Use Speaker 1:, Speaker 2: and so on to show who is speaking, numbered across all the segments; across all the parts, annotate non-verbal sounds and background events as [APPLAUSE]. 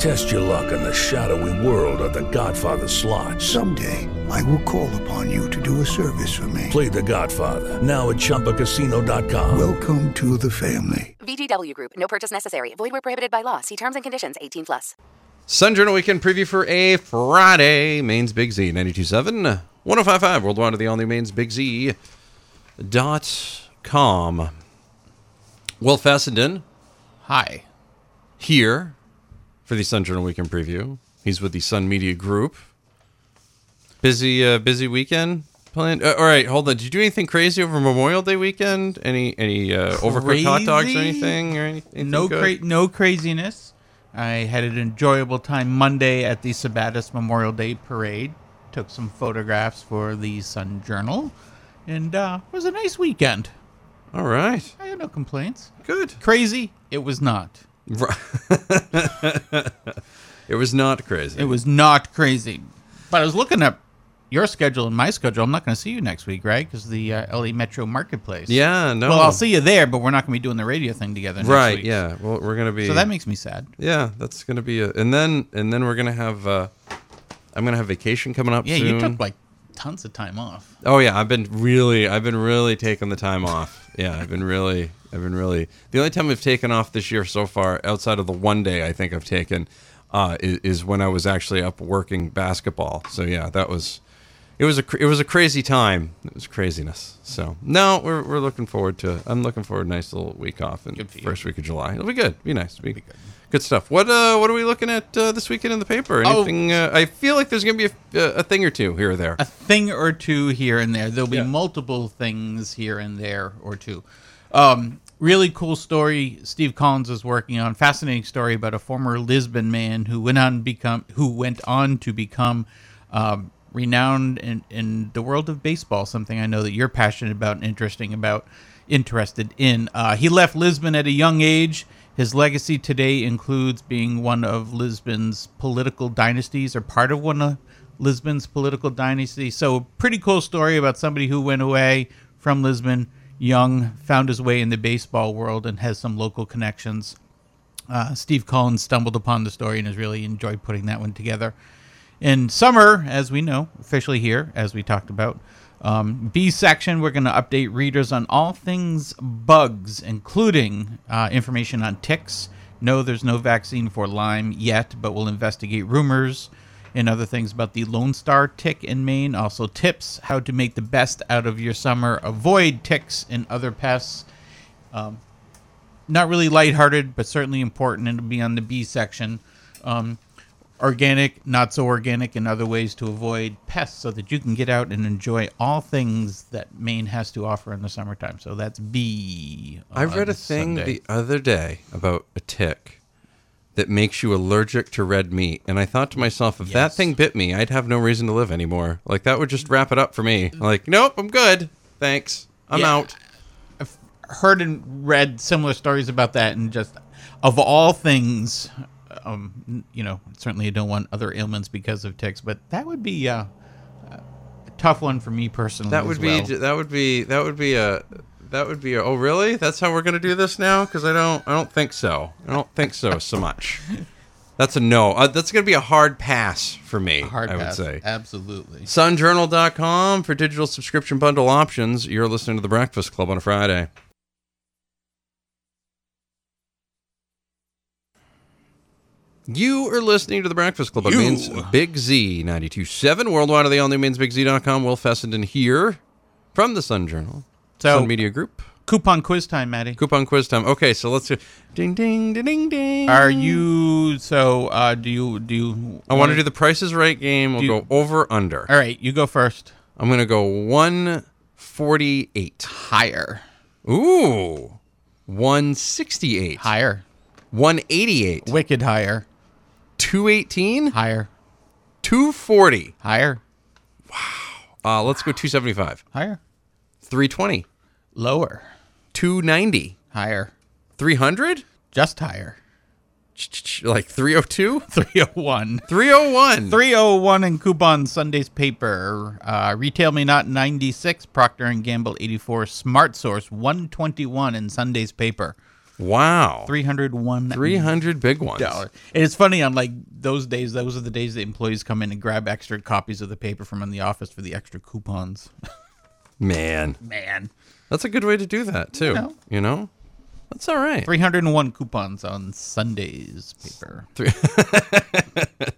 Speaker 1: Test your luck in the shadowy world of The Godfather slot.
Speaker 2: Someday, I will call upon you to do a service for me.
Speaker 1: Play The Godfather now at ChumbaCasino.com.
Speaker 2: Welcome to the family.
Speaker 3: VGW Group. No purchase necessary. Void where prohibited by law. See terms and conditions. 18 plus.
Speaker 4: Sun Journal Weekend preview for a Friday. Maine's Big Z, 92.7, 105.5, worldwide to the all-new Maine's Big Z dot com. Will Fessenden
Speaker 5: Hi.
Speaker 4: here for the Sun Journal Weekend preview. He's with the Sun Media Group. Busy, uh, busy weekend planned. Uh, all right, hold on. Did you do anything crazy over Memorial Day weekend? Any, any uh, overcooked hot dogs or
Speaker 5: Crazy?
Speaker 4: anything or anything?
Speaker 5: no
Speaker 4: good?
Speaker 5: cra- no craziness. I had an enjoyable time Monday at the Sabatis Memorial Day Parade. Took some photographs for the Sun Journal, and uh, it was a nice weekend.
Speaker 4: All right,
Speaker 5: I had no complaints.
Speaker 4: good.
Speaker 5: Crazy? It was not.
Speaker 4: Right. [LAUGHS] it was not crazy.
Speaker 5: It was not crazy. But I was looking at your schedule and my schedule. I'm not going to see you next week, right? Because the uh, LA Metro Marketplace.
Speaker 4: Yeah, no.
Speaker 5: Well, I'll see you there, but we're not going to be doing the radio thing together. Next
Speaker 4: Right,
Speaker 5: week.
Speaker 4: yeah. Well, we're gonna be.
Speaker 5: So that makes me sad.
Speaker 4: yeah, that's gonna be. A, and then and then we're gonna have. Uh, I'm gonna have vacation coming up.
Speaker 5: Yeah,
Speaker 4: soon.
Speaker 5: you took like tons of time off.
Speaker 4: Oh yeah, I've been really, I've been really taking the time off. Yeah, I've been really, I've been really. The only time I've taken off this year so far, outside of the one day I think I've taken, uh, is, is when I was actually up working basketball. So yeah, that was, it was a, cr- it was a crazy time. It was craziness. So no, we're, we're looking forward to. I'm looking forward to a nice little week off in
Speaker 5: Good for you.
Speaker 4: first week of July. It'll be good. Be nice. Be, good. stuff. What uh, what are we looking at uh, this weekend in the paper?
Speaker 5: Oh.
Speaker 4: Anything? Uh, I feel like there's gonna be a, a thing or two here or there.
Speaker 5: a thing or two here and there. There'll be
Speaker 4: Yeah.
Speaker 5: multiple things here and there or two. Um, really cool story Steve Collins is working on. Fascinating story about a former Lisbon man who went on become who went on to become um, renowned in, in the world of baseball. Something I know that you're passionate about and interesting about, interested in. Uh, he left Lisbon at a young age. His legacy today includes being one of Lisbon's political dynasties, or part of one of Lisbon's political dynasty. So, a pretty cool story about somebody who went away from Lisbon young, found his way in the baseball world, and has some local connections. Uh, Steve Collins stumbled upon the story and has really enjoyed putting that one together. In summer, as we know, officially here, as we talked about, um, B section, we're going to update readers on all things bugs, including uh, information on ticks. No, there's no vaccine for Lyme yet, but we'll investigate rumors and other things about the Lone Star tick in Maine. Also, tips how to make the best out of your summer, avoid ticks and other pests not really lighthearted, but certainly important, and it'll be on the B section. Um, organic, not so organic, and other ways to avoid pests so that you can get out and enjoy all things that Maine has to offer in the summertime. So that's B.
Speaker 4: I read
Speaker 5: on
Speaker 4: a thing
Speaker 5: Sunday.
Speaker 4: the other day about a tick that makes you allergic to red meat, and I thought to myself, if that
Speaker 5: Yes.
Speaker 4: thing bit me, I'd have no reason to live anymore. Like that would just wrap it up for me. Like, nope, I'm good. Thanks, I'm
Speaker 5: Yeah.
Speaker 4: out.
Speaker 5: heard and read similar stories about that, and just of all things, um, you know, certainly I don't want other ailments because of ticks, but that would be uh, a tough one for me personally.
Speaker 4: That
Speaker 5: as
Speaker 4: would
Speaker 5: well.
Speaker 4: be that would be that would be a that would be a, oh really? That's how we're gonna do this now? Because I don't I don't think so. I don't think so so much.
Speaker 5: [LAUGHS]
Speaker 4: That's a no. Uh, that's gonna be a hard pass for me.
Speaker 5: hard.
Speaker 4: I
Speaker 5: pass.
Speaker 4: would say.
Speaker 5: absolutely.
Speaker 4: sunjournal.com for digital subscription bundle options. You're listening to The Breakfast Club on a Friday. You are listening to The Breakfast Club on
Speaker 5: You.
Speaker 4: Maine's Big Z 92.7, worldwide of the all new Maine's Big Z.com. Will Fessenden here from the Sun Journal,
Speaker 5: So-
Speaker 4: Sun Media Group.
Speaker 5: Coupon quiz time, Maddie.
Speaker 4: Coupon quiz time. Okay, so let's do ding, ding, ding, ding, ding.
Speaker 5: Are you so? Uh, do you do you?
Speaker 4: I want to do the prices right game. We'll
Speaker 5: Do you-
Speaker 4: go over under.
Speaker 5: All right, you go first.
Speaker 4: I'm going to go 148.
Speaker 5: Higher,
Speaker 4: Ooh. 168.
Speaker 5: higher,
Speaker 4: 188.
Speaker 5: wicked higher,
Speaker 4: 218.
Speaker 5: higher,
Speaker 4: 240.
Speaker 5: higher,
Speaker 4: Uh, let's go 275.
Speaker 5: higher,
Speaker 4: 320.
Speaker 5: lower,
Speaker 4: 290.
Speaker 5: higher,
Speaker 4: 300?
Speaker 5: Just higher.
Speaker 4: Like 302?
Speaker 5: 301.
Speaker 4: 301.
Speaker 5: 301 in coupon Sunday's paper. Uh, Retail Me Not 96, Procter & Gamble 84, Smart Source 121 in Sunday's paper.
Speaker 4: Wow.
Speaker 5: 301
Speaker 4: 300 big ones.
Speaker 5: dollar. And it's funny on like those days, those are the days that employees come in and grab extra copies of the paper from in the office for the extra coupons.
Speaker 4: Man.
Speaker 5: Man.
Speaker 4: That's a good way to do that, too. You know?
Speaker 5: know.
Speaker 4: That's all right.
Speaker 5: 301 coupons on Sunday's paper.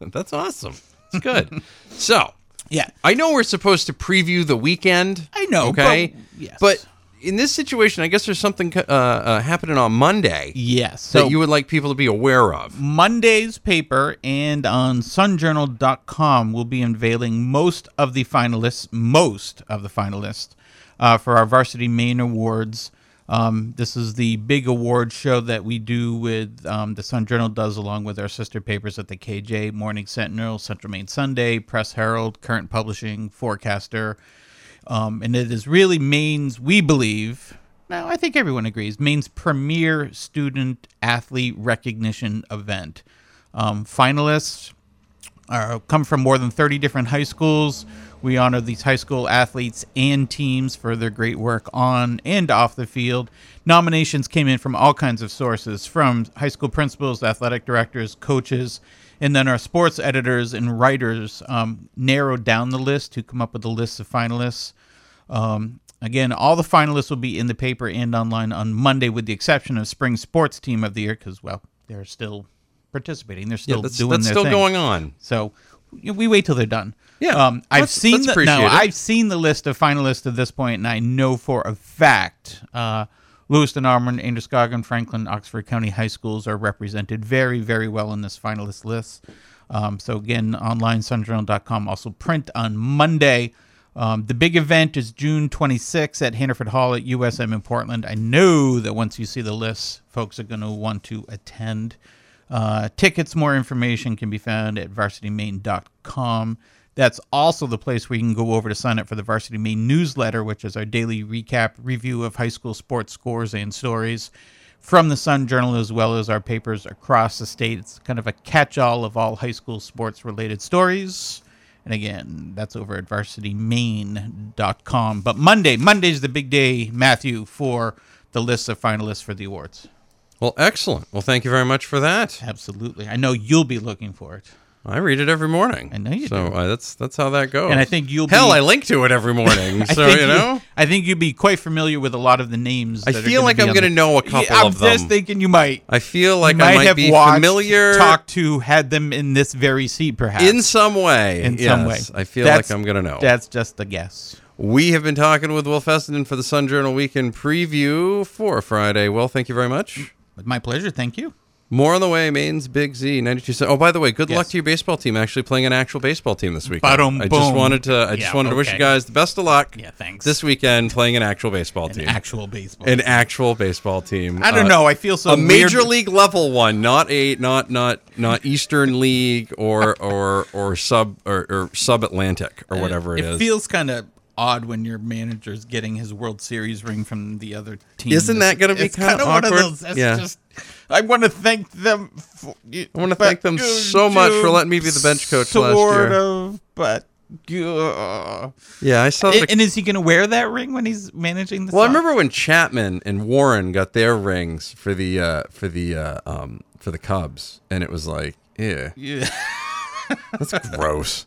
Speaker 4: That's awesome. It's good. so,
Speaker 5: Yeah.
Speaker 4: I know we're supposed to preview the weekend.
Speaker 5: I know,
Speaker 4: Okay.
Speaker 5: but- yes.
Speaker 4: But in this situation, I guess there's something uh, uh, happening on Monday
Speaker 5: Yes. So
Speaker 4: that you would like people to be aware of.
Speaker 5: Monday's paper and on sunjournal.com will be unveiling most of the finalists, most of the finalists uh, for our Varsity Main Awards. Um, this is the big award show that we do with um, the Sun Journal does along with our sister papers at the KJ, Morning Sentinel, Central Maine Sunday, Press Herald, Current Publishing, Forecaster, um, and it is really Maine's, we believe, no, I think everyone agrees, Maine's premier student athlete recognition event. Um, finalists are, come from more than 30 different high schools. We honor these high school athletes and teams for their great work on and off the field. Nominations came in from all kinds of sources from high school principals, athletic directors, coaches, and then our sports editors and writers um, narrowed down the list to come up with a list of finalists. Um, again, all the finalists will be in the paper and online on Monday, with the exception of spring sports team of the year, because, well, they're still participating. They're still
Speaker 4: that's
Speaker 5: doing
Speaker 4: that's
Speaker 5: their
Speaker 4: still
Speaker 5: thing.
Speaker 4: going on.
Speaker 5: So you know, we wait till they're done.
Speaker 4: Yeah,
Speaker 5: Um, I've
Speaker 4: let's-
Speaker 5: seen
Speaker 4: let's
Speaker 5: the,
Speaker 4: appreciate
Speaker 5: no,
Speaker 4: it.
Speaker 5: I've seen the list of finalists at this point, and I know for a fact uh, Lewiston, Armand, Androscoggin, Franklin, Oxford County high schools are represented very, very well in this finalist list. Um, so again, online sunjournal.com. Also print on Monday. Um, the big event is June 26th at Hannaford Hall at USM in Portland. I know that once you see the list, folks are going to want to attend. Uh, tickets, more information can be found at varsitymaine.com. That's also the place where you can go over to sign up for the Varsity Maine newsletter, which is our daily recap review of high school sports scores and stories from the Sun Journal, as well as our papers across the state. It's kind of a catch all of all high school sports related stories. And again, that's over at varsitymaine.com. But Monday, Monday's the big day, Matthew, for the list of finalists for the awards.
Speaker 4: Well, excellent. Well, thank you very much for that.
Speaker 5: Absolutely. I know you'll be looking for it.
Speaker 4: I read it every morning.
Speaker 5: I know you
Speaker 4: so,
Speaker 5: do.
Speaker 4: uh, that's that's how that goes.
Speaker 5: And I think you'll
Speaker 4: hell,
Speaker 5: be-
Speaker 4: I link to it every morning.
Speaker 5: [LAUGHS] I
Speaker 4: so
Speaker 5: think
Speaker 4: you know,
Speaker 5: I think you'd be quite familiar with a lot of the names.
Speaker 4: I
Speaker 5: that are
Speaker 4: feel
Speaker 5: gonna
Speaker 4: like
Speaker 5: be
Speaker 4: I'm
Speaker 5: on
Speaker 4: going to
Speaker 5: the-
Speaker 4: know a couple
Speaker 5: I'm
Speaker 4: of them.
Speaker 5: just thinking you might.
Speaker 4: I feel like
Speaker 5: you might
Speaker 4: I might
Speaker 5: have
Speaker 4: be
Speaker 5: watched,
Speaker 4: familiar,
Speaker 5: talked to, had them in this very seat, perhaps
Speaker 4: in some way.
Speaker 5: In some
Speaker 4: Yes,
Speaker 5: way.
Speaker 4: I feel
Speaker 5: That's-
Speaker 4: like I'm going to know.
Speaker 5: That's just a guess.
Speaker 4: We have been talking with Will Fessenden for the Sun Journal Weekend Preview for Friday. Will, thank you very much.
Speaker 5: But my pleasure. Thank you.
Speaker 4: More on the way. Maine's Big Z, 92 cent. Oh, by the way, good
Speaker 5: Yes.
Speaker 4: luck to your baseball team actually playing an actual baseball team this weekend.
Speaker 5: Ba-dum,
Speaker 4: I just
Speaker 5: boom.
Speaker 4: wanted to I just
Speaker 5: Yeah,
Speaker 4: wanted to wish you
Speaker 5: okay.
Speaker 4: guys the best of luck.
Speaker 5: Yeah, thanks.
Speaker 4: This weekend playing an actual baseball
Speaker 5: An
Speaker 4: team.
Speaker 5: actual baseball.
Speaker 4: an actual baseball team.
Speaker 5: I don't
Speaker 4: Uh,
Speaker 5: know. I feel so
Speaker 4: a major
Speaker 5: weird.
Speaker 4: league level one, not a not not not Eastern League or or or sub or, or sub Atlantic or whatever
Speaker 5: Uh, it
Speaker 4: it is.
Speaker 5: feels kind of odd when your manager's getting his World Series ring from the other team.
Speaker 4: Isn't that gonna be
Speaker 5: It's
Speaker 4: kinda
Speaker 5: kinda one of
Speaker 4: awkward?
Speaker 5: those? That's
Speaker 4: Yeah.
Speaker 5: just. I want to thank them. For,
Speaker 4: I wanna thank them so much for letting me be the bench coach last
Speaker 5: sort
Speaker 4: year.
Speaker 5: of, but. uh,
Speaker 4: yeah, I saw the
Speaker 5: and, and is he going to wear that ring when he's managing the?
Speaker 4: Well, I
Speaker 5: Sox?
Speaker 4: remember when Chapman and Warren got their rings for the uh, for the uh, um, for the Cubs, and it was like, yeah,
Speaker 5: Yeah.
Speaker 4: that's gross.